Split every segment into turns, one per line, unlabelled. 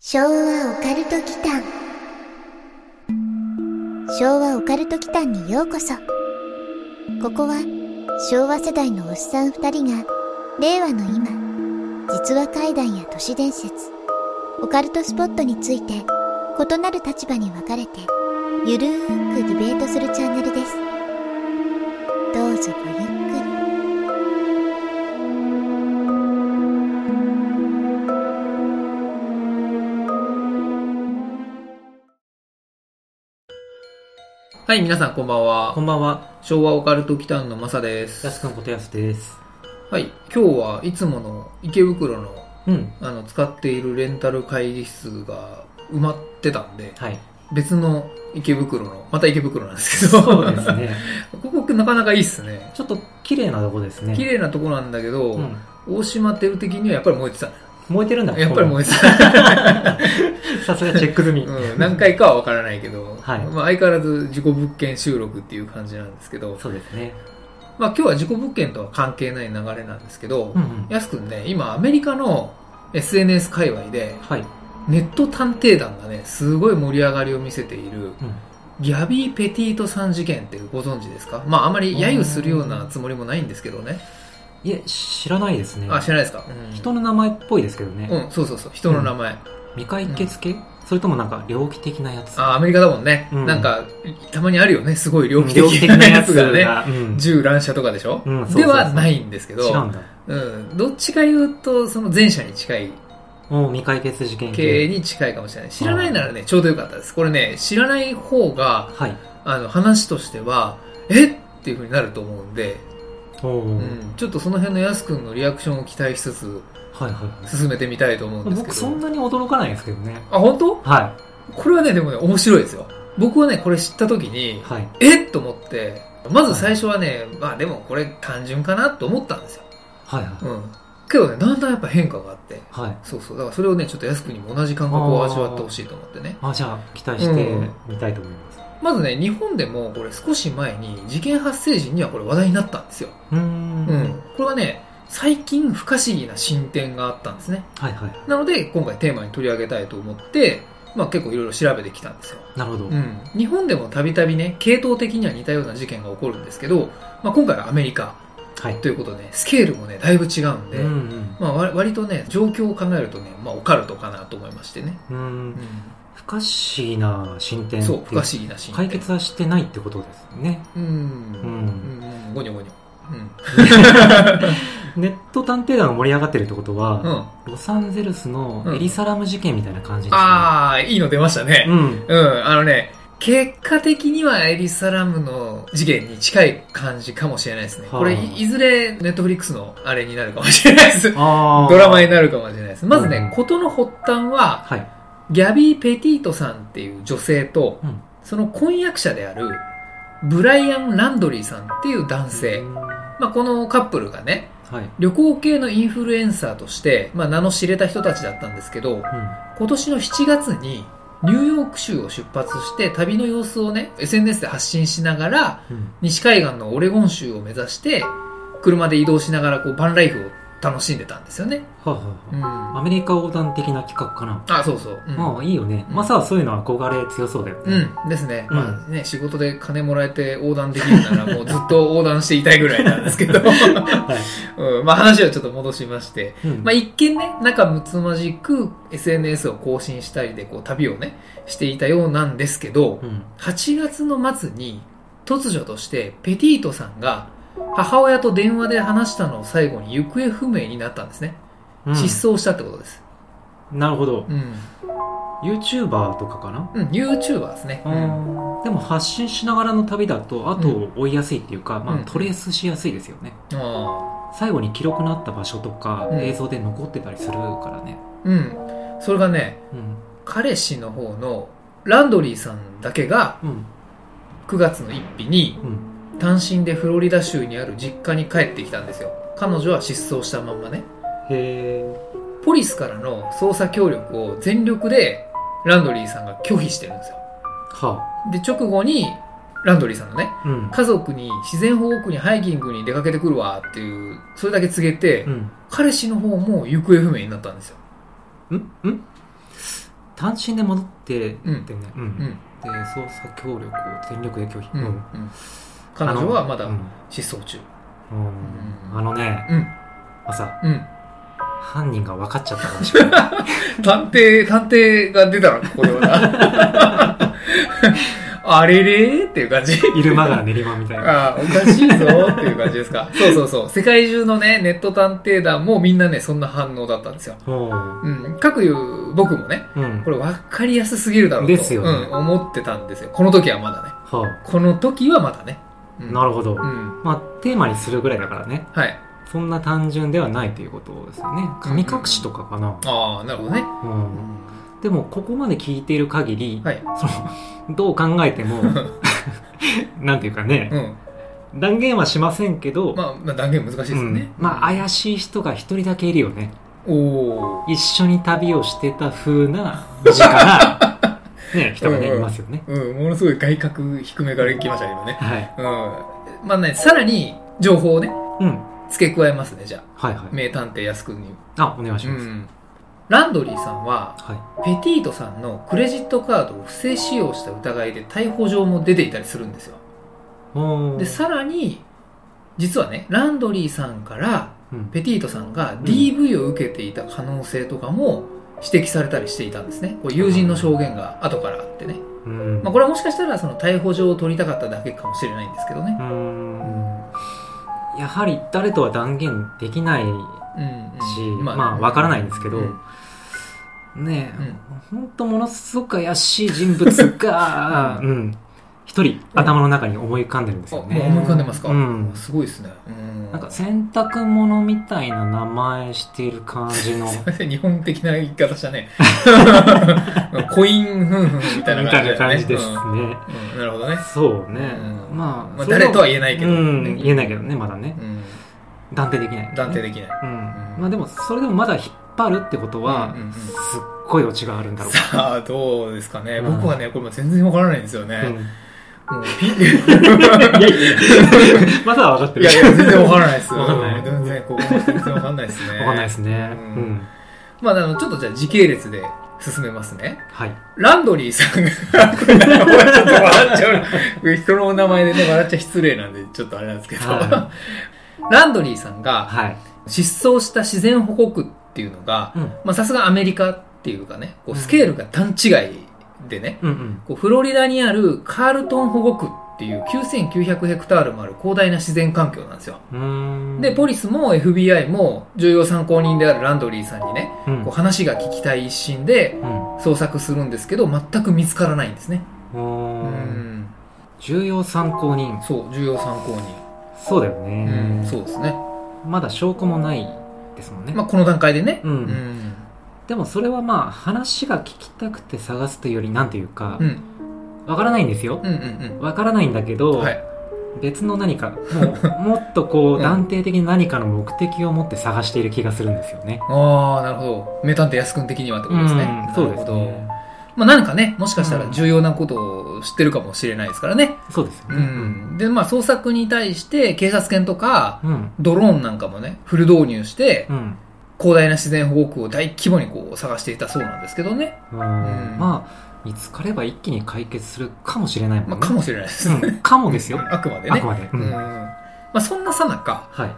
昭和オカルト祈間昭和オカルト祈間にようこそここは昭和世代のおっさん2人が令和の今実話怪談や都市伝説オカルトスポットについて異なる立場に分かれてゆるーくディベートするチャンネルですどうぞごゆっくり
はい、皆さんこんばんは
こ。んばんは、
昭和オカルトキタンのマサです。
やすくんことやすです。
はい、今日はいつもの池袋の
うん。
あの使っているレンタル会議室が埋まってたんで、
はい。
別の池袋の、また池袋なんですけど、
そうですね。
ここなかなかいいっすね。
ちょっと綺麗なとこですね。
綺麗なとこなんだけど、
うん。
大島テル的にはやっぱり燃えてたね。
燃えてるんだ。
やっぱり
こ
燃えてた。
こさすがチェック済み。
うん、何回かはわからないけど、
はい
まあ、相変わらず事故物件収録っていう感じなんですけど、
そうですね。
まあ今日は事故物件とは関係ない流れなんですけど、
うんうん。
やすくんね、今アメリカの SNS 界隈で、
はい。
ネット探偵団がね、すごい盛り上がりを見せている、
うん。
ギャビー・ペティートさん事件ってご存知ですかまああまり揶揄するようなつもりもないんですけどね。
いえ、知らないですね。
あ、知らないですか、
人の名前っぽいですけどね。
うん、うん、そうそうそう、人の名前。
未解決系それともなんか、猟奇的なやつ。
あ、アメリカだもんね。
うん
なんか、たまにあるよね、すごい猟
猟
奇
奇
的
的
な
な
や
や
つ
つ
がね。
が。うん。
銃乱射とかでしょ、
うんそうそうそう
ではないんですけど、
違うんだ。
うん、どっちか言うと、その前者に近い
もう未解決事件
系
系。
に近いかもしれない。知らないならね、ちょうどよかったです。これね、知らない方が、
はい。
あの、話としては、えっっていう風になると思うんで、
おお。
う
はい
ん、ちょっとその辺のやすくんのリアクションを期待しつつ、
はいはい。
進めてみたいと思うんですけど。
僕そんなに驚かないですけどね。
あ、本当
は
これはね、でもね、面白いですよ。僕はね、これ知った時に
い。、はい。
えっと思って、まず最初はね、まあでもこれ単純かなと思ったんですよ。
はいは
うん。けどね、だんだんやっぱ変化があって、
い。はい。
そうそう。だからそれをね、ちょっとやすくんにも同じ感覚を味わってほしいと思ってね。
あ、じゃあ、期待してみたいと思います。
まずね、日本でもこれ少し前に事件発生時にはこれ話題になったんですよ。
うー。
うんん。これはね、最近不可思議な進展があったんですね。
はいはい。
なので、今回テーマに取り上げたいと思って、まあ結構いろいろ調べてきたんですよ。
なるほど。
うん。日本でもたびたびね、系統的には似たような事件が起こるんですけど、まあ今回はアメリカ
はい。
ということで、ね、スケールもね、だいぶ違うんで、
うんうん
まあわ割とね、状況を考えるとね、まあオカルトかなと思いましてね。
う。
うんん。
不可思議な進展ってい
そう、不可思議な進展。
解決はしてないってことですね。
うん。
う。
うんんうん、ごにょごにょ。うん。
ネット探偵団が盛り上がってるってこと
う
は、
ん。
ロサンゼルスの
うん
エリサラム事件みたいな感じですね。
ああ、いいの出ましたね。
うん。
うん、あのね、結果的にはエリサラムの事件に近い感じかもしれないですね。
はあ
これ、いいずれ、ネットフリックスのあれになるかもしれない です。
あー
ドラマになるかもしれないです。まず
う
ね
ん、
事の発端は、
はい。
ギャビー・ペティートさんっていう女性と、
うん
その婚約者である、ブライアン・ランドリーさんっていう男性。
うんは
まあ、このカップルがね、
い。
旅行系のインフルエンサーとして、まあ、名の知れた人たちだったんですけど、
うん
今年の7月にニューヨーク州を出発して旅の様子をね SNS で発信しながら
うん。
西海岸のオレゴン州を目指して車で移動しながらこうバンライフを楽しんでたんですよね、
はあはあ
う
は
ん、
あア
あ
メリカ横断的な企画かな。
そうそう、うん
まあいいよね。マサはそういうの憧れ強そうだよね。
うん、ですね,、
うん
まあ、ね仕事で金もらえて横断できるな らもうずっと横断していたいぐらいなんですけど、
はい。
うんまあ、話はちょっと戻しまして、
うん
まあ、一見ね仲睦まじく SNS を更新したりでこう旅をねしていたようなんですけど、
うん。
8月の末に突如としてペティートさんが母親と電話で話したのを最後に行方不明になったんですね、
うん
失踪したってことです
なるほど
う。ん、
YouTuber とかかな、
うん、YouTuber ですね、うん
でも発信しながらの旅だと後を追いやすいっていうか、
う
ま
ん
あ、トレースしやすいですよね、
あ
最後に記録のあった場所とか、
うん
映像で残ってたりするからね、
ーうんそれがね
うん
彼氏の方のランドリーさんだけが
うん
9月の1日に
うん、
単身でフロリダ州にある実家に帰ってきたんですよ彼女は失踪したまんまね
へえ
ポリスからの捜査協力を全力でランドリーさんが拒否してるんですよ
は
で、直後に、ランドリーさんのね、
あうん
家族に自然保護区にハイキングに出かけてくるわっていう、それだけ告げて、
うん
彼氏の方も行方不明になったんですよ。
んん
単身で戻ってってね、
う
うんん
で捜査協力を全力で拒否、
うんう
うん
ん彼女はまだ
うん
失踪中
うんあのね、
うん
まあさ、
うん
犯人が分かっちゃったかもしれ ない。
探偵探偵が出たらこれはな あれれーっていう感じ
入間が練馬みたいな。
ああ、おかしいぞっていう感じですか。そうそうそう。世界中のね、ネット探偵団もみんなね、そんな反応だったんですよ。
ほう
うん。各いう僕もね、
うん
こ。れ分かりやすすぎるだろうと。
ですよね
うん、思ってたんですよ。この時はまだね。
ほう
この時はまだね。うん、
なるほど。
うん。
まあ、テーマにするぐらいだからね。
はい。
そんな単純ではないということですよね。神隠しとかかな。
ああ、なるほどね。
うんでも、ここまで聞いている限り、
はい。
その、どう考えても、 なんていうかね、
うん。
断言はしませんけど、
まあ、まあ、断言難しいです
う
よ
ん
ね。
まあ、怪しい人が一人だけいるよね。
おお
一緒に旅をしてた風な、 身近な、ね、人がね、
うんうん
いますよね。
ー。うん、ものすごい外角低めから来ましたけどね。
はい。
うん。まあね、さらに情報をね、
うん。
付け加えますね、じゃあ。
はいはい。
名探偵安くんに
あ、お願いします。
うんランドリーさんは
は
ペティートさんのクレジットカードを不正使用した疑いで逮捕状も出ていたりするんですよ
い。おー
で、さらに実はねランドリーさんから
うん
ペティートさんが DV を受けていた可能性とかも指摘されたりしていたんですねこれ友人の証言が後からあってね、
うん。
まあ、これはもしかしたらその逮捕状を取りたかっただけかもしれないんですけどね
うーんやはり誰とは断言できない
うん、うん
しまあわからないんですけど
うん
ね
うん
本当ものすごく怪しい人物が
う
うん一人頭の中に思い浮かんでるんです
あも
よ
う
ね
思い浮かんでますか、
うん
すごいですね、うん、
なんか洗濯物みたいな名前している感じ の
日本的な言い方したね。 コイン夫婦みたいな感じ,、ね、
みたいな感じですね
うんうんなるほどね。
そうね
うん
ま
ま
あ
あ、
それ
誰とは言えないけど、
うん言えないけど
ね
ねまだね
うん
断定できない
断定できない。
うん
うん
まあでもそれでもまだ引っ張るってことは
うんうんうん
すっごいオチがあるんだろう
さあ、どうですかね。
うん
僕はね、これも全然わからないんですよ
う
ね。
ん
もうピい
いやいやいや、まだは分かってる。
やいや、全然わからないですよ。
わかんない
全然、ここも全然わかんないですね。
わかんないですね。
う
うんん。
まあ、あの、ちょっとじゃあ時系列で進めますね。
はい。
ランドリーさんが、これちょっと笑っちゃう。人のお名前でね、笑っちゃ失礼なんで、ちょっとあれなんですけど。
は
ランドリーさんが、
はい。
失踪した自然保護区っていうのが、
うん。
まあさすがアメリカっていうかね、こう
うん
スケールが段違いでね、
うんうん。
こうフロリダにあるカールトン保護区っていう9900ヘクタールもある広大な自然環境なんですよ。
うーん。
で、ポリスも FBI も重要参考人であるランドリーさんにね、
うん
こう話が聞きたい一心で
うん。
捜索するんですけど、全く見つからないんですね。
お
う
ー
ん
重要参考人。
そう、重要参考
そうだよ
人。うん
ね。
そうですね。
まだ証拠もないですもんね
ま。あ、この段階でね。
う。
うんん。
でもそれはまあ、話が聞きたくて探すというより、なんていうか
うん。う、ん
わからないんですよ
う。ん
わからないんだけ
うん。
ど
は、い。
別の何か、 もうもっとこ
う
う、
ん
断定的に何かの目的を持って探している気がするんですよね。
ああ、なるほど。名探偵安くん的にはってことですね。
うんそうで
な
す
るほど
ね。
まあ、なんかね、もしかしたら
うん
重要なことを知ってるかもしれないですからね。
そうですよ
う
ね。
ん。で、まあ、捜索に対して、警察犬とか、
うん。
ドローンなんかもね、フル導入して
う、ん。
広大な自然保護区を大規模にこう探していたそうなんですけどね。
うん
ん
まあ、見つかれば一気に解決するかもしれないもん
ま
ね。
あ、かもしれないです。
うんかもですよ。
あくまで
あ
ね
く。まで。
う。
うんん
まあ、そんなさなか、
はい。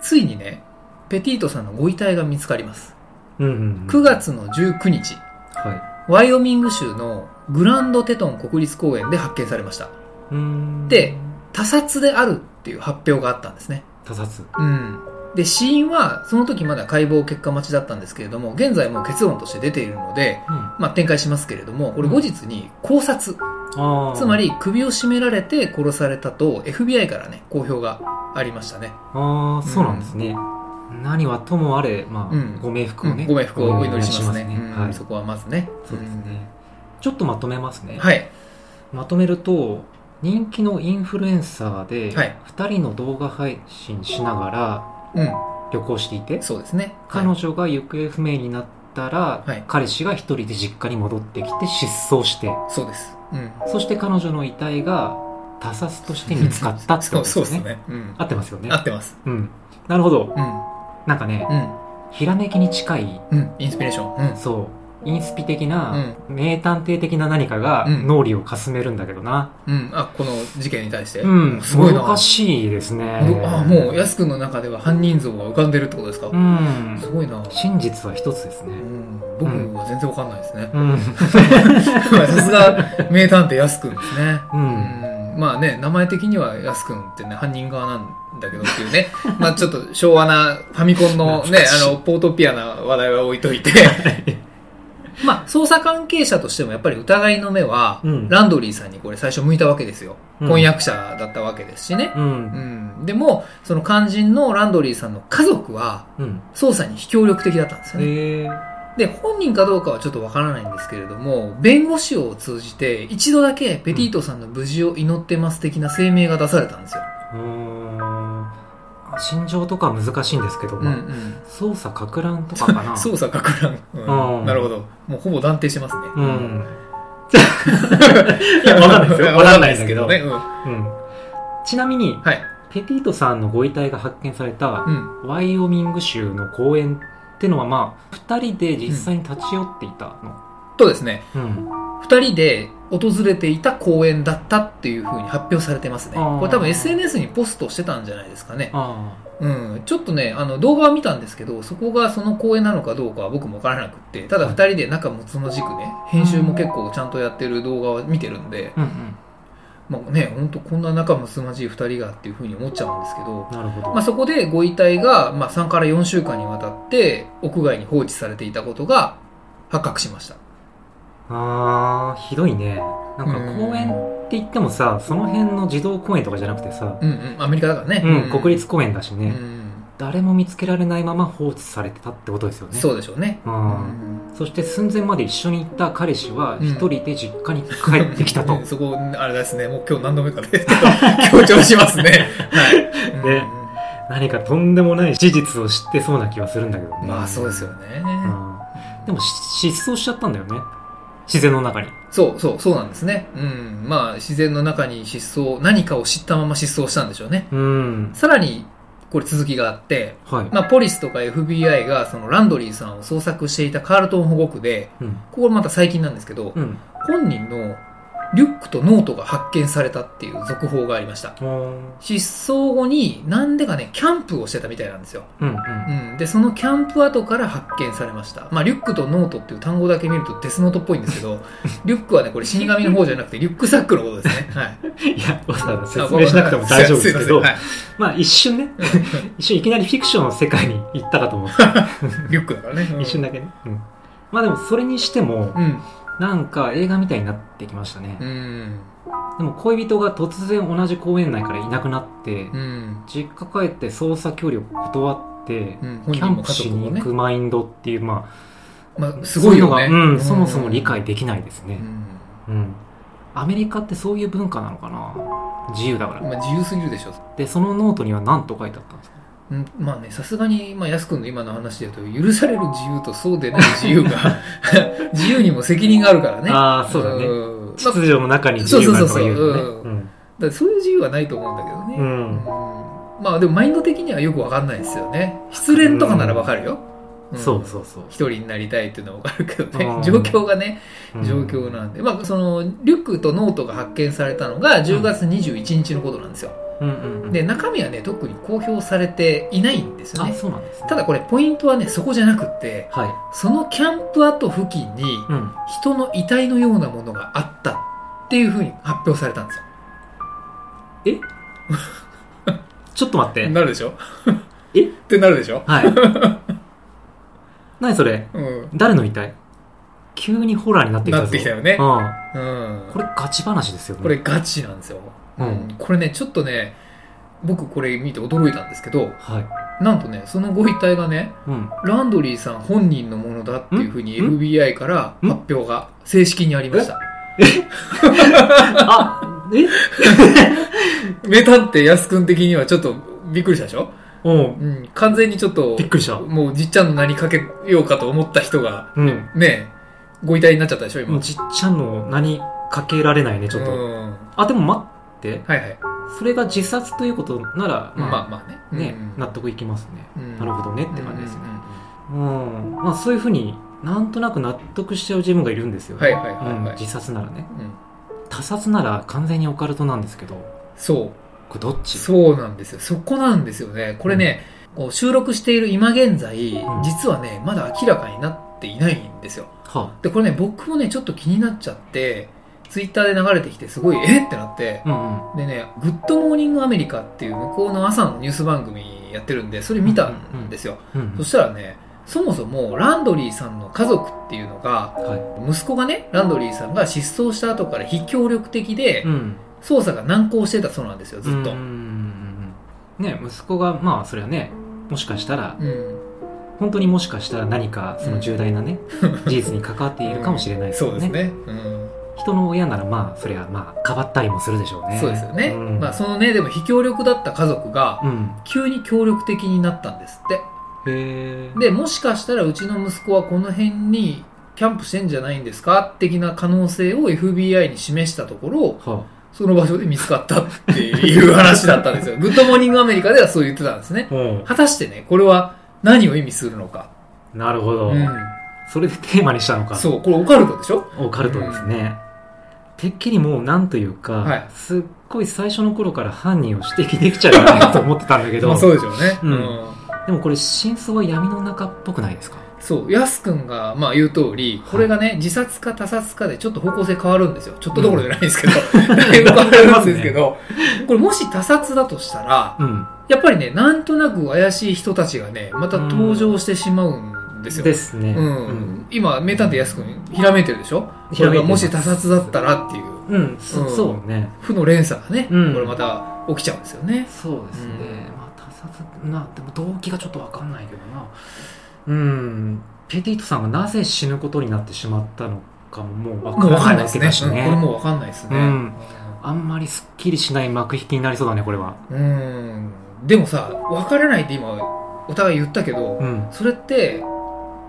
ついにね、ペティートさんのご遺体が見つかります。
うんうん
9。月の19日、
は
ワイオミング州のグランドテトン国立公園で発見されました。
い。うん
で、他殺であるっていう発表があったんですね。
他殺。
うん。で、死因は、その時まだ解剖結果待ちだったんですけれども、現在もう結論として出ているので、
うん。あ
まあ、展開しますけれども、これ後日に考察、
ー
つま、り首を絞められて殺されたと FBI からね、公表がありましたね。
ああ、そうなんですね。何はともあれ、ま
うん
あ、ご冥福をね。
ご冥福をお祈りします
お
ね。
祈りし
うん
はい。
そ
そ
こはまずね。
うですね。ちょっとまとめます
う
ね
ん。はい。
まとめると、人気のインフルエンサーで、
はい
2人の動画配信しながら
うん。
旅行していて、
そうですね。
彼女が行方不明になったら、
はい
彼氏が一人で実家に戻ってきて失踪して
そうです。うん。
そして彼女の遺体が他殺として見つかったって
そ
こと
う
で
そうですす
よね
ね。うん。
合ってますよね
合ってます。
うんなるほど
うん。
なんかね
うん。
ひらめきに近い
うん。インスピレーション。うん。
そうインスピ的
う
な、
ん
名探偵的な何かが
うん
脳裏をかすめるんだけどな。
うんあこの事件に対して、
うん、
すごいな
難しいですね。
あもうやすくんの中では犯人像が浮かんでるってことですか、
うん
す。ごいな、う
真実は一つですね。
ん、僕は全然わかんないですね
うん。
さすが名探偵やすくんですね
う。
うんんまあね、名前的にはやすくんってね、犯人側なんだけどっていう ね、まあちょっと昭和なファミコンのね、あの、ポートピアな話題は置いとい て、まあ捜査関係者としてもやっぱり疑いの目は、
うん
ランドリーさんにこれ最初向いたわけですよ。
うん
婚約者だったわけですしね。
う。
うんん。でも、その肝心のランドリーさんの家族は、
うん。
捜査に非協力的だったんですよね。
えー
で、本人かどうかはちょっとわからないんですけれども、弁護士を通じて、一度だけペティートさんの無事を祈ってます的な声明が出されたんですよ。
うーんあ心情とかは難しいんですけど、
うんう
まあ
ん。
操作かく乱とかか な
捜査かく乱、うん
うん
なるほど。もうほぼ断定してますね。
うん。 いや、わかんない ですよ。わかんないですけど。
ね。うん。は
うん。ちなみに、
い。
ペティートさんのご遺体が発見された
う、ん。
ワイオミング州の公園ってのは、まあ、二人で実際に立ち寄っていたの。
とですね、
うん。
二人で訪れていた公園だったっていうふうに発表されてますね。
あー
これ多分 SNS にポストしてたんじゃないですかね。
あ
うん、ちょっとね、あの動画は見たんですけど、そこがその公演なのかどうかは僕もわからなくって、ただ二人で仲睦まじくね、編集も結構ちゃんとやってる動画は見てるんで、
あ。うんうん。
まあね、本当こんな仲睦まじい二人がっていうふうに思っちゃうんですけど、
なるほど。
まあ、そこでご遺体が、まあ、3から4週間にわたって屋外に放置されていたことが発覚しました。
あー、ひどいね。なんか公園って言ってもさ、その辺の児童公園とかじゃなくてさ、
うんうん、アメリカだからね。
うん、国立公園だし
う
ね、
ん、
誰も見つけられないまま放置されてたってことですよね。
そうでしょうね。
う。
うんん
そして寸前まで一緒に行った彼氏は
うん
一人で実家に帰ってきた と
うん。そこ、あれですね、 もう今日何度目かで強調しますね。はい。
ね何かとんでもない事実を知ってそうな気はするんだけど
うん
ね。
まあそうですよね。
うんでもし失踪しちゃったんだよね。自然の中に。
そうそう、そうなんですね。うん。まあ自然の中に失踪、何かを知ったまま失踪したんでしょうね。
うん。
さらに、これ続きがあって、
はい。
まあポリスとか FBI がそのランドリーさんを捜索していたカールトン保護区で、
うん。
ここまた最近なんですけど、
うん。
本人のリュックとノートが発見されたっていう続報がありました。
うん。
失踪後になんでかね、キャンプをしてたみたいなんですよ。
うん。
うん、でそのキャンプ後から発見されました、まあ、リュックとノートっていう単語だけ見るとデスノートっぽいんですけ どリュックはねこれ死神の方じゃなくてリュックサックのことですね、はい、
いや、わざわざ説明しなくても大丈夫 ですけど、
いません
まあ一瞬ね、一瞬いきなりフィクションの世界に行ったかと思って、
はい、リュックだからね、うん
一瞬だけね。うん。まあでもそれにしても、
うん
なんか映画みたいになってきましたね
う。ん
でも恋人が突然同じ公園内からいなくなって、
うん
実家帰って捜査協力断って、
うん
キ
本人も
ャンプ
家
し
族も
に行
ね
く、マインドっていう、まあ、
まあ、すごいよ
そう
ね
うのが、うん、そもそも理解できないです
う
ね。
ん
うん。アメリカってそういう文化なのかな自由だから。
まあ、自由すぎるでしょ
で、そのノートには何と書いてあったんですか
うんまあね、さすがに、まあ、安くんの今の話だと、許される自由とそうでない自 由が、自由にも責任があるからね。
ああ、そうだね。
んまあ
秩序の中に自由があるとか言う
そうそうそう
の
う
ね。うん
だからそういう自由はないと思うんだけどね、
うん
うんまあでもマインド的にはよくわかんないですよね失恋とかならわかるよ、ん
そうそうそう。
一人になりたいっていうのはわかるけどね
うん
状況がね
うん
状況なんで、まあそのリュックとノートが発見されたのが10月21日のことなんですよ
うんうんうん。
で中身はね特に公表されていないんですよ
あ、
ね
そうなんですね。
ただこれポイントはねそこじゃなくって
は
そのキャンプ跡付近に
い。うん。
人の遺体のようなものがあったっていうふうに発表されたんですよ
ちょっと待って。
なるでしょ
え
ってなるでしょ
はい。 何それ
うん。
誰の遺体急にホラーになってきたぞ。
なってきたよね
うん。
うん。
これガチ話ですよね。
これ、ガチなんですよ。
うん
これね、ちょっとね、僕これ見て驚いたんですけど、
はい。
なんとね、そのご遺体がね、
うん。
ランドリーさん本人のものだっていうふうに
ん
FBI から
ん
発表が正式にありました。
あ、え
名探偵安くん的にはちょっとびっくりしたでしょ
うん。
うん、完全にちょっと
び、っくりした。
もうじっちゃんの名にかけようかと思った人が、
うん。
ね、ご遺体になっちゃったでしょ、今。
もうちっちゃんの何かけられないね、ちょっ
う
と。
ん
あ、でも待って。
はいはい。
それが自殺ということなら、
まあ
ま
まあ
あ、
ね。
ね
う、ん
納得いきますね。
うん
なるほどねって感じですね
うんうんうん
うん。まあ、そういうふうになんとなく納得しちゃう自分がいるんですよ、
はいはいはいはい
うん自殺ならね
うん、
他殺なら完全にオカルトなんですけど
そう
これどっち
そうなんですよ。そこなんですよね。これね、こう収録している今現在、
うん
実はね、まだ明らかになっていないんですよ。
は
で、これね、僕もね、ちょっと気になっちゃって、ツイッターで流れてきて、すごい、えってなって、
あうんうん
でね、グッドモーニングアメリカっていう向こうの朝のニュース番組やってるんで、それ見たんですよ。
うん
そしたらね、そもそもランドリーさんの家族っていうのが、
は
息子がね、ランドリーさんが失踪した後から非協力的で
い、うん
捜査が難航してたそうなんですよ、ずっと。
うんうんうんうんね息子がまあそれはねもしかしたら
うん
本当にもしかしたら何かその重大なね、事実に関わっているかもしれないです
そ
よ
うで
ね,、
すね、うん
人の親ならまあそれはまあかばったりもするでしょうね
そうですよね、
うん
まあ、そのねでも非協力だった家族が
うん
急に協力的になったんですって
へえ
でもしかしたらうちの息子はこの辺にキャンプしてんじゃないんですか的な可能性を FBI に示したところ
は
その場所で見つかったっていう話だったんですよグッドモーニングアメリカではそう言ってたんですね
あ、うん
果たしてねこれは何を意味するのか、
なるほど、
うん、
それでテーマにしたのか
そうこれオカルトでしょ
オカルトですね、てっきりもうなんというか、
はい
すっごい最初の頃から犯人を指摘できちゃうかなと思ってたんだけ ど、
まあそうでしょうね、
うん
うん
でもこれ真相は闇の中っぽくないですか
そう、やすくんがまあ言う通り、これがね、自殺か他殺かでちょっと方向性変わるんですよ。ちょっとどころじゃないんですけど、だいぶ変わるんですけど、これもし他殺だとしたら、
うん
やっぱりね、なんとなく怪しい人たちがね、また登場してしまうんですよ。
ですね
うん。今、名探偵やすくん、ひらめいてるでしょ
ひらめいてます
これがもし他殺だったらっていう、
うん、うんそ
うん
そうね
負の連鎖がね、
うん
これまた起きちゃうんですよね。
そうですね、
うん
まあ他殺なでも動機がちょっとわかんないけどなうんペティートさんがなぜ死ぬことになってしまったのかももうわ
もう
か
わ
ら
かんないい
なわ
です
け
ね。
だし
うんこ
ね
れもうわかんないですね。
うんあんまりすっきりしない幕引きになりそうだねこれは
うん。でもさ、わからないって今、お互い言ったけど、
うん
それって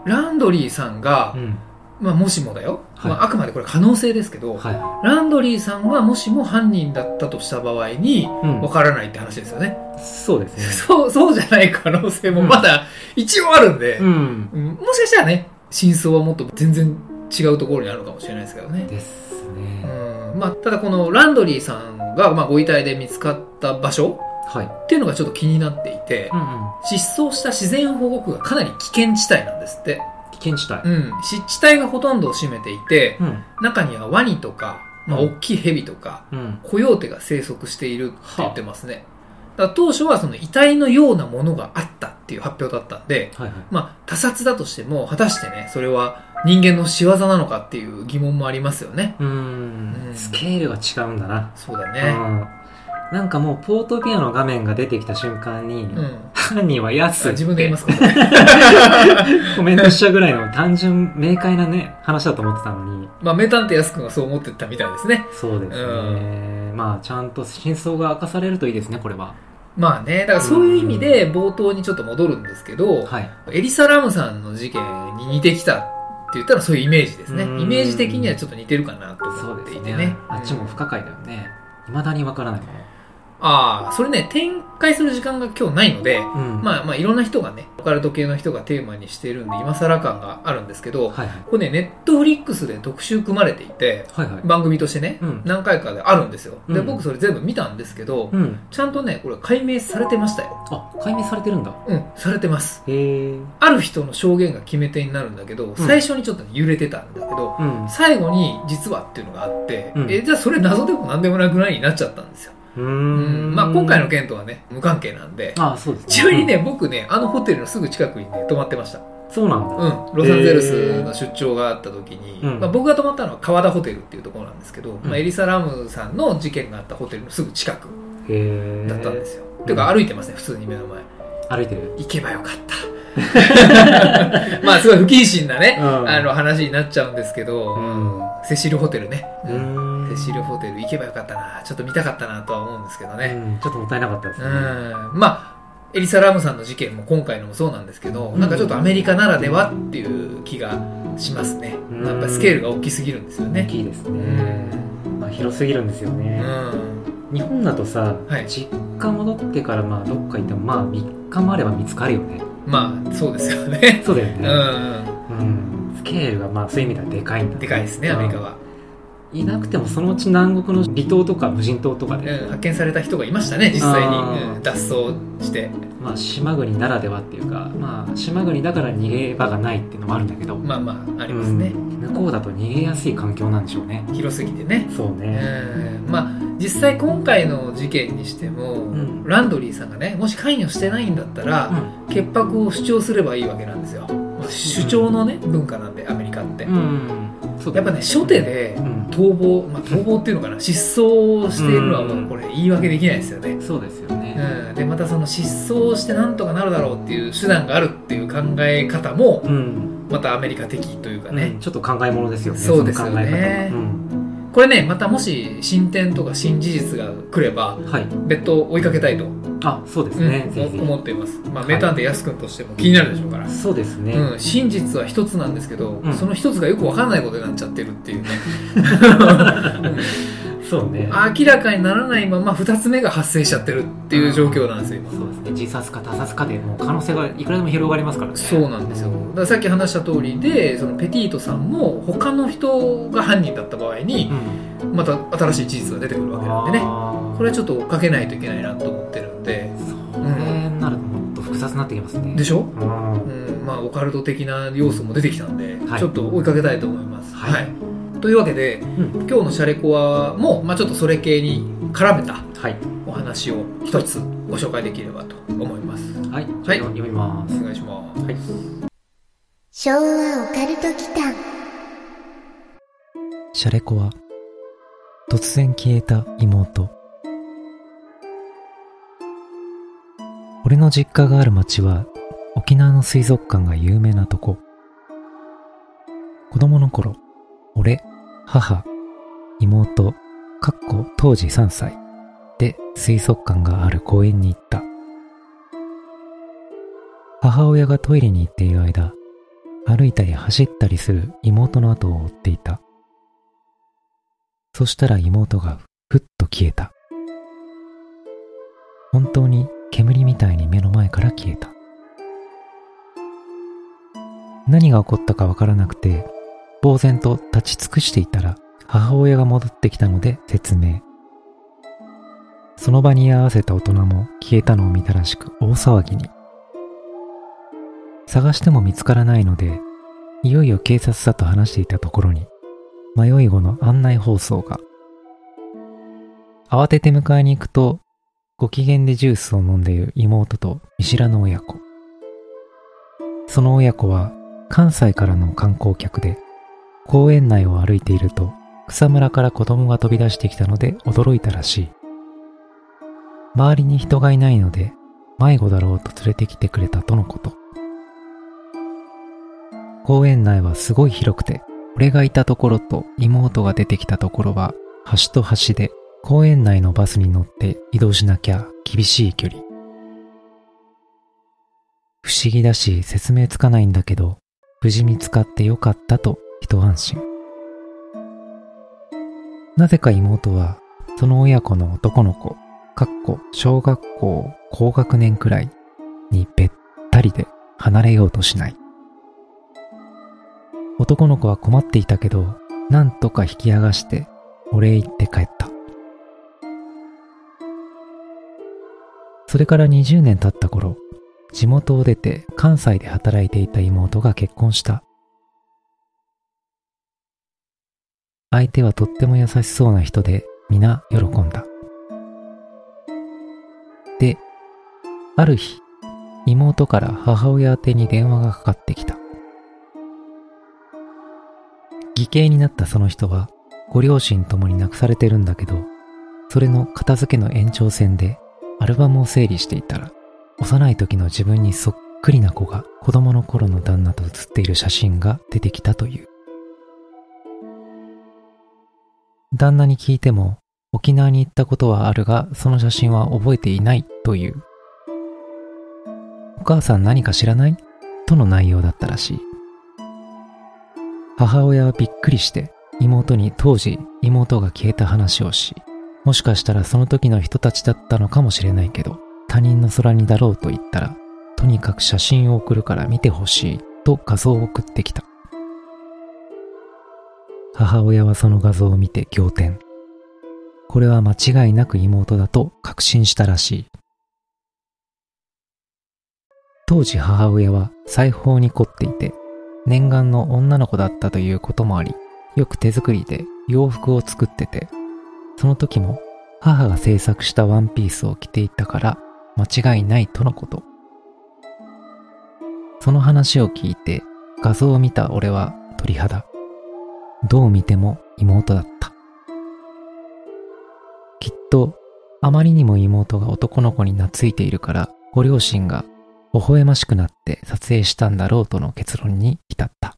ランドリーさんが、
うん
まあ、もしもだよ、
はい
まあ、あくまでこれ可能性ですけど、
は
ランドリーさんがもしも犯人だったとした場合に
い、うん
わからないって話ですよね、
そうですね
そうそうじゃない可能性もまだ一応あるんで、
うん。
うんもしかしたらね真相はもっと全然違うところにあるかもしれないですけどね、
です
う
ね。
んまあ、ただこのランドリーさんが、まあ、ご遺体で見つかった場所
はい。
っていうのがちょっと気になっていて、
うんうん。
失踪した自然保護区がかなり危険地帯なんですって
危険地帯。
うん、湿地帯がほとんどを占めていて、
うん。
中にはワニとか、まあ、
うん
大きいヘビとか、
うん。
コヨーテが生息しているって言ってますね。だから当初はその遺体のようなものがあったっていう発表だったんで、
はいはい。
まあ、他殺だとしても、果たしてね、それは人間の仕業なのかっていう疑問もありますよね。
うー。
うんん
スケールが違うんだな。
そうだ
う
ね。
ん。なんかもう、ポートピアの画面が出てきた瞬間に、
うん。
犯人はヤス
あ
って
自分で言いますからね。
コメントしちゃうぐらいの単純明快なね、話だと思ってたのに、
まあ、名探偵やすくんがそう思ってたみたいですね。
そうですね。まあ、ちゃんと真相が明かされるといいですね、これは。
まあね、だからそういう意味で冒頭にちょっと戻るんですけど、
はい。
エリサ・ラムさんの事件に似てきたって言ったらそういうイメージですね。
うん
イメージ的にはちょっと似てるかなと
そ
思
う
って
で
い
す
てね。
ね。あっちも
うん
不可解だよね。未だにわからないも
ああ、それね、展開する時間が今日ないので、
の。うん。
まあまあいろんな人がね、オカルト系の人がテーマにしているんで、今更感があるんですけど、
はいはい。
これね、ネットフリックスで特集組まれていて、
はいはい。
番組としてね、
うん
何回かであるんですよ。で、
うん
僕それ全部見たんですけど、
うん。
ちゃんとね、これ解明されてましたよ。
あ、解明されてるんだ。
うん、されてます。
へえ。
ある人の証言が決め手になるんだけど、最初にちょっとね揺れてたんだけど、
うん。
最後に実はっていうのがあって、
うん
えじゃあそれ謎でも何でもなくないになっちゃったんですよ、
う
うん
ん
まあ、今回の件とはね無関係なんで
あそうですね
ちなみにね、僕ねあのホテルのすぐ近くにね泊まってました、
うんそうなんだ
うん、ロサンゼルスの出張があった時に、
うん
まあ、僕が泊まったのは川田ホテルっていうところなんですけど、ま
うん
あ、エリサ・ラムさんの事件があったホテルのすぐ近く
へえ
だったんですよ、ていうか歩いてますね普通に目の前
歩いてる
行けばよかった まあすごい不謹慎なね、
うん
あの話になっちゃうんですけど、
うん
セシルホテルね、
う
うん
ん
セシルホテル行けばよかったなちょっと見たかったなとは思うんですけどね、
うんちょっともったいなかったです
う
ね
んまあエリサ・ラムさんの事件も今回のもそうなんですけど、
うん
なんかちょっとアメリカならではっていう気がしますね、
うん
やっぱりスケールが大きすぎるんですよ
大
ね
きいです
う
ね
ん、
まあ広すぎるんですよ
う
ね
ん、
日本だとさ
はい
実家戻ってからまあどっか行ってもまあ3日もあれば見つかるよね
まあそうですよね
そうだよ
う
ね
ん
うん経営がまあそういう意味ではでかいんだ
でかいですね、アメリカは。
いなくてもそのうち南国の離島とか無人島とかで、
うん発見された人がいましたね、実際に
あー
うん脱走して。
まあ、島国ならではっていうか、まあ、島国だから逃げ場がないっていうのもあるんだけど、
まあまあ、ありますね
う。ん向こうだと逃げやすい環境なんでしょうね
広すぎてね。
そうね、
うんまあ、実際今回の事件にしても、
ん
ランドリーさんがねもし関与してないんだったら、潔白を主張すればいいわけなんですよ主張のね、文化なんでアメリカって、
うんそう
や
だ
っぱね初手で
うん
逃亡、まあ、逃亡っていうのかな失踪をしているのは
うん
もうこれ言い訳できないですよね、
そうですよ
う
ね
ん、でまたその失踪してなんとかなるだろうっていう手段があるっていう考え方も
うん、
またアメリカ的というかね、
ちょっと考えものですよね
そうです
の
よ
考え
ね
方も
これねまたもし進展とか新事実が来れば
うん、はい
別途追いかけたいと
あそうですね、
うん
ぜひぜ
思っています、まあ、名探偵やすくんとしても気になるでしょうから、
ひそうですね、
うん、真実は一つなんですけど、
うん
その一つがよく分からないことになっちゃってるっていうね
そうね
明らかにならないまま二つ目が発生しちゃってるっていう状況なんですよ今
そうですね自殺か他殺かでもう可能性がいくらでも広がりますからね
そうなんですよだからさっき話した通りでそのペティートさんも他の人が犯人だった場合に
ん
また新しい事実が出てくるわけなんでね
あー
これはちょっと追っかけないといけないなと思ってるんで
それになるともっと複雑になってきますね
でしょ
うんは
うんまあ、オカルト的な要素も出てきたんで、
はい
ちょっと追いかけたいと思います。
はい
というわけで、
う
今日の「シャレコアも」まあ、ちょっとそれ系に絡めた
い
お話を一つご紹介できればと思います。
はい、
は
はいい、読みます
お願いします。
はい
昭和オカルト祈間
シャレコは突然消えた妹俺の実家がある町は沖縄の水族館が有名なとこ子供の頃俺母妹かっこ当時3歳で水族館がある公園に行った母親がトイレに行っている間歩いたり走ったりする妹の後を追っていたそしたら妹がふっと消えた。本当に煙みたいに目の前から消えた。何が起こったかわからなくて、呆然と立ち尽くしていたら母親が戻ってきたので説明。その場に居合わせた大人も消えたのを見たらしく大騒ぎに。探しても見つからないので、いよいよ警察だと話していたところに、迷い子の案内放送が。慌てて迎えに行くと、ご機嫌でジュースを飲んでいる妹と見知らぬ親子。その親子は関西からの観光客で、公園内を歩いていると草むらから子供が飛び出してきたので驚いたらしい。周りに人がいないので、迷子だろうと連れてきてくれたとのこと。公園内はすごい広くて、俺がいたところと妹が出てきたところは端と端で公園内のバスに乗って移動しなきゃ厳しい距離不思議だし説明つかないんだけど無事見つかってよかったと一安心なぜか妹はその親子の男の子かっこ小学校高学年くらいにべったりで離れようとしない男の子は困っていたけど、なんとか引き剥がして、お礼言って帰った。それから20年経った頃、地元を出て関西で働いていた妹が結婚した。相手はとっても優しそうな人で、皆喜んだ。で、ある日、妹から母親宛てに電話がかかってきた。義兄になったその人は、ご両親ともに亡くされてるんだけど、それの片付けの延長線で、アルバムを整理していたら、幼い時の自分にそっくりな子が子供の頃の旦那と写っている写真が出てきたという。旦那に聞いても、沖縄に行ったことはあるが、その写真は覚えていないという。お母さん何か知らないとの内容だったらしい。母親はびっくりして妹に当時妹が消えた話をしもしかしたらその時の人たちだったのかもしれないけど他人の空にだろうと言ったらとにかく写真を送るから見てほしいと画像を送ってきた母親はその画像を見て仰天。これは間違いなく妹だと確信したらしい。当時母親は裁縫に凝っていて、念願の女の子だったということもあり、よく手作りで洋服を作ってて、その時も母が制作したワンピースを着ていたから間違いないとのこと。その話を聞いて画像を見た俺は鳥肌。どう見ても妹だった。きっとあまりにも妹が男の子に懐いているからご両親が微笑ましくなって撮影したんだろうとの結論に至った。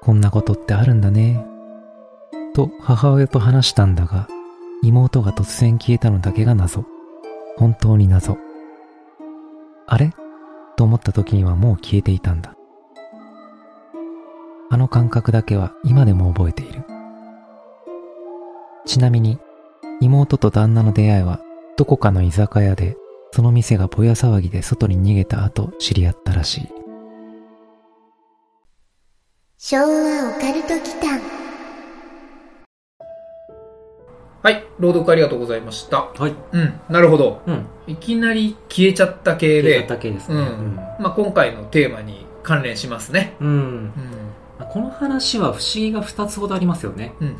こんなことってあるんだね。と母親と話したんだが、妹が突然消えたのだけが謎。本当に謎。あれと思った時にはもう消えていたんだ。あの感覚だけは今でも覚えている。ちなみに、妹と旦那の出会いはどこかの居酒屋でその店がぼや騒ぎで外に逃げた後知り合ったらしい。
昭和オカルト祈間
はい、朗読ありがとうございました。
はい。
うん、なるほど。
うん。
いきなり消えちゃった系
手
で、
形系です
う
ね。
んまあ、今回のテーマに関連しますね。
うん。うん
うん、
まあこの話は不思議が2つほどありますよね。
うん、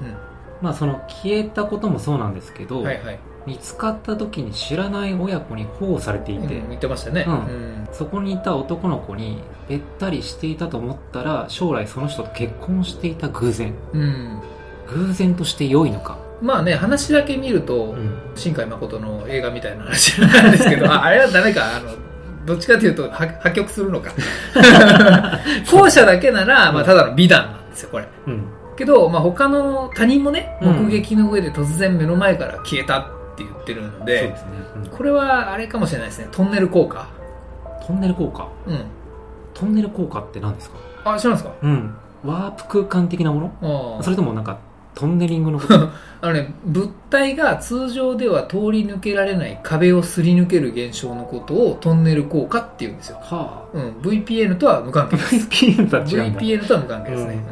まあその消えたこともそうなんですけ
う
ど、
ん。はいはい。
見つかった時に知らない親子に保護されていて、
うん言ってましたね。
うん
ん
そこにいた男の子にべったりしていたと思ったら将来その人と結婚していた偶然
うん。
偶然として良いのか、
まあね、話だけ見ると、
うん、
新海誠の映画みたいな話なんです けど、ああれはダメか、あの、どっちかというと破破局するの か。後者だけなら、まあ、ただの美談なんですよ、これ。
うん
けど、まあ、他の他人もね、
うん
目撃の上で突然目の前から消えたって言ってるの
そう
で
で、すね、うん
これはあれかもしれないですね、トンネル効果。
トンネル効果
うん。
トンネル効果って何ですか
あ、知らんすか
うんワープ空間的なも
あ
の
あ
それともなんかトンネリングのこと
あのね、物体が通常では通り抜けられない壁をすり抜ける現象のことをトンネル効果って言うんですよ。
は
うん、VPN とは無関係 です。
VPN とは違うんだ
VPN とは無関係ですね、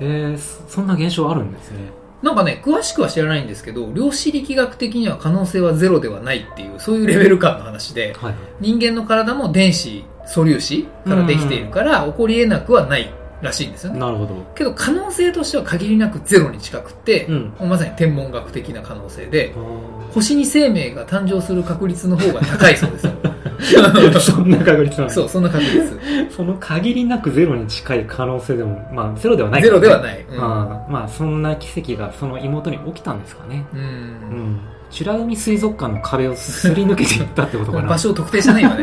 え
うん
ー、そそんな現象あるんですね
なんかね、詳しくは知らないんですけど、量子力学的には可能性はゼロではないっていう、そういうレベル感の話で、
はい
人間の体も電子、素粒子からできているから、起こり得なくはないらしいんですよね。
なるほど
けど可能性としては限りなくゼロに近くて、
うん
まさに天文学的な可能性で、
あ
星に生命が誕生する確率の方が高いそうです よ。
ー そんな確率なの
そう、そんな確率。
その限りなくゼロに近い可能性でもまあゼロではない、
ゼロではいない。うん
あーまあそんな奇跡がその妹に起きたんですかね
う。
うんん美ら海水族館の壁をすり抜けていったってことかな
場所を特定してないよね。うん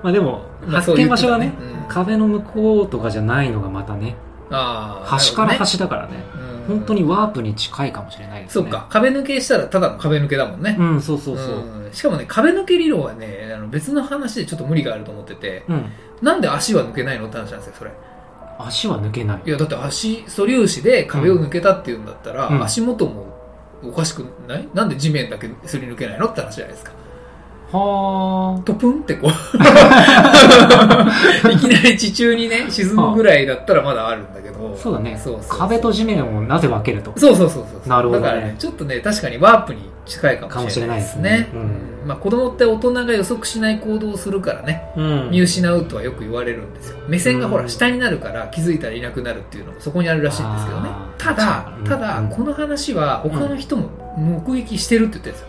まあでも
まあ
発見場所がね,、
そう言ってたねうん
壁の向こうとかじゃないのがまたね
あー
端から
なるほ
端だからね
どねうん
本当にワープに近いかもしれないです
そ
ね
っか、壁抜けしたらただの壁抜けだもんね。
うんそうそうそう、
うんしかもね、壁抜け理論はね、あの別の話でちょっと無理があると思ってて、
うん
なんで足は抜けないのって話なんですよ、それ。
足は抜けない
いや、だって足、素粒子で壁を抜けたっていうんだったら、
うん
足元もおかしくないなんで地面だけすり抜けないのって話じゃないですか。
は
トプンって こう、いきなり地中にね、沈むぐらいだったらまだあるんだけど。
あそうだね
そうそうそう
壁と地面をなぜ分けると
そうそうそうそう。
なるほどね
だからね、ちょっとね、確かにワープに近いかもしれないですね。
かもしれないですね
うんまあ子供って大人が予測しない行動をするからね、
うん
見失うとはよく言われるんですよ。目線がほ
う
ら、
ん
下になるから気づいたらいなくなるっていうのもそこにあるらしいんですけどね
あ。ー
ただ
うん、
ただ、
うん
この話は他の人も目撃してるって言ってるんですよ。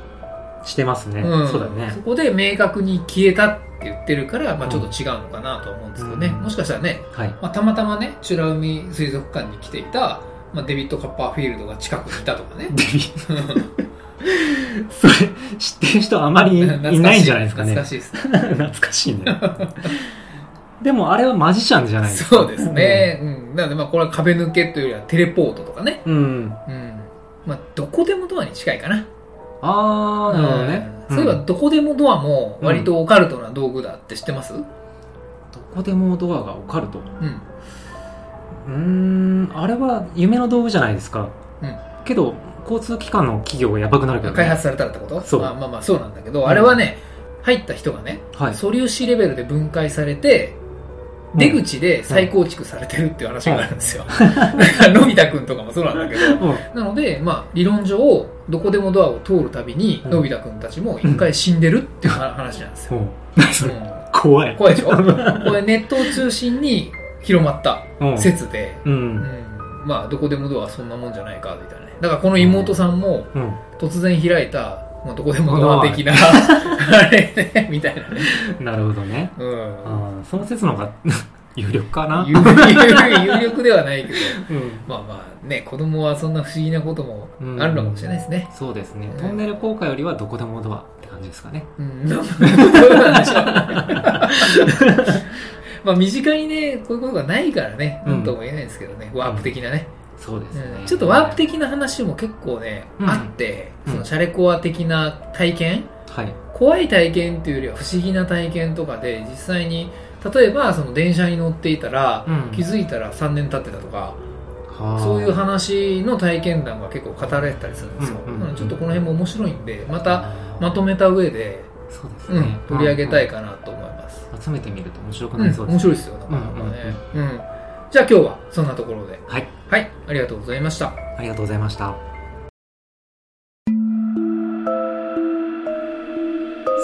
してますね、
うん
そうだね
そこで明確に消えたって言ってるから、まあ、ちょっと違うのかなとは思うんですけどね、
うん
もしかしたらね、
はい
まあ、たまたまね美ら海水族館に来ていた、まあ、デビッド・カッパーフィールドが近くにいたとかね
それ知ってる人あまりい
懐かし
ないんじゃないですかね
懐かしいですね
懐かしいねでもあれはマジシャンじゃないですか
そうですね、うん、なのでまあこれは壁抜けというよりはテレポートとかね、
うん、うん
うんまあ、どこでもドアに近いかな
ああなるほどね、
うんそういえば
ん
どこでもドアも割とオカルトな道具だって知ってます、うん
どこでもドアがオカルトうーんあれは夢の道具じゃないですか、
うん
けど交通機関の企業がやばくなるけど、ね、
開発されたらってこと
そう
まあまあまあそうなんだけど、あれはね入った人がね
はい
素粒子レベルで分解されて出口で再構築されてるっていう話があるんですよ。 のび太くんとかもそうなんだけど。
うん
なので、まあ、理論上、どこでもドアを通るたびに、
うん
のび太くんたちも一回死んでるっていう話なんですよ。
うん
うん
怖い。
怖いでしょこれネットを中心に広まった
うん
説で、
う。
うんんまあ、どこでもドアはそんなもんじゃないか、みたいなね。だからこの妹さんも、
うん。
突然開いた、まあ、どこでもドア的な、あれね、 みたいなね。
なるほどね。
うん。
あーその説の方が 有力かな。
有力有力ではないけど、
うん。
まあまあね、子供はそんな不思議なこともあるのかもしれないですね。
そうですね。トンネル効果よりはどこでもドアって感じですかね。
うん。 どうなんでしょうまあ身近にね、こういうことがないからね、
うん
なんとも言えないですけどね、ワープ的なね。
そうです
う
ね
ん。ちょっとワープ的な話も結構ね、
うん
あって、
うん
そのシャレコア的な体験
はい。
怖い体験っていうよりは不思議な体験とかで実際に例えばその電車に乗っていたら、
うん
気づいたら3年経ってたとか、
はー
そういう話の体験談が結構語られてたりするんですよ、
うんうんうん
なのでちょっとこの辺も面白いんでまた
あー
まとめた上で、
そうです
うん
ね。
取り上げたい
うん
かなと思います、
うん。集めてみると面白く
うん
なりそうです
面白
ね。
いですよなかなかね、うんじゃあ今日はそんなところで
はい。
はいありがとうございました
ありがとうございました。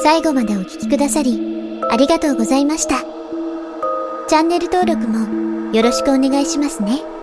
最後までお聞きくださり、ありがとうございました。チャンネル登録もよろしくお願いしますね。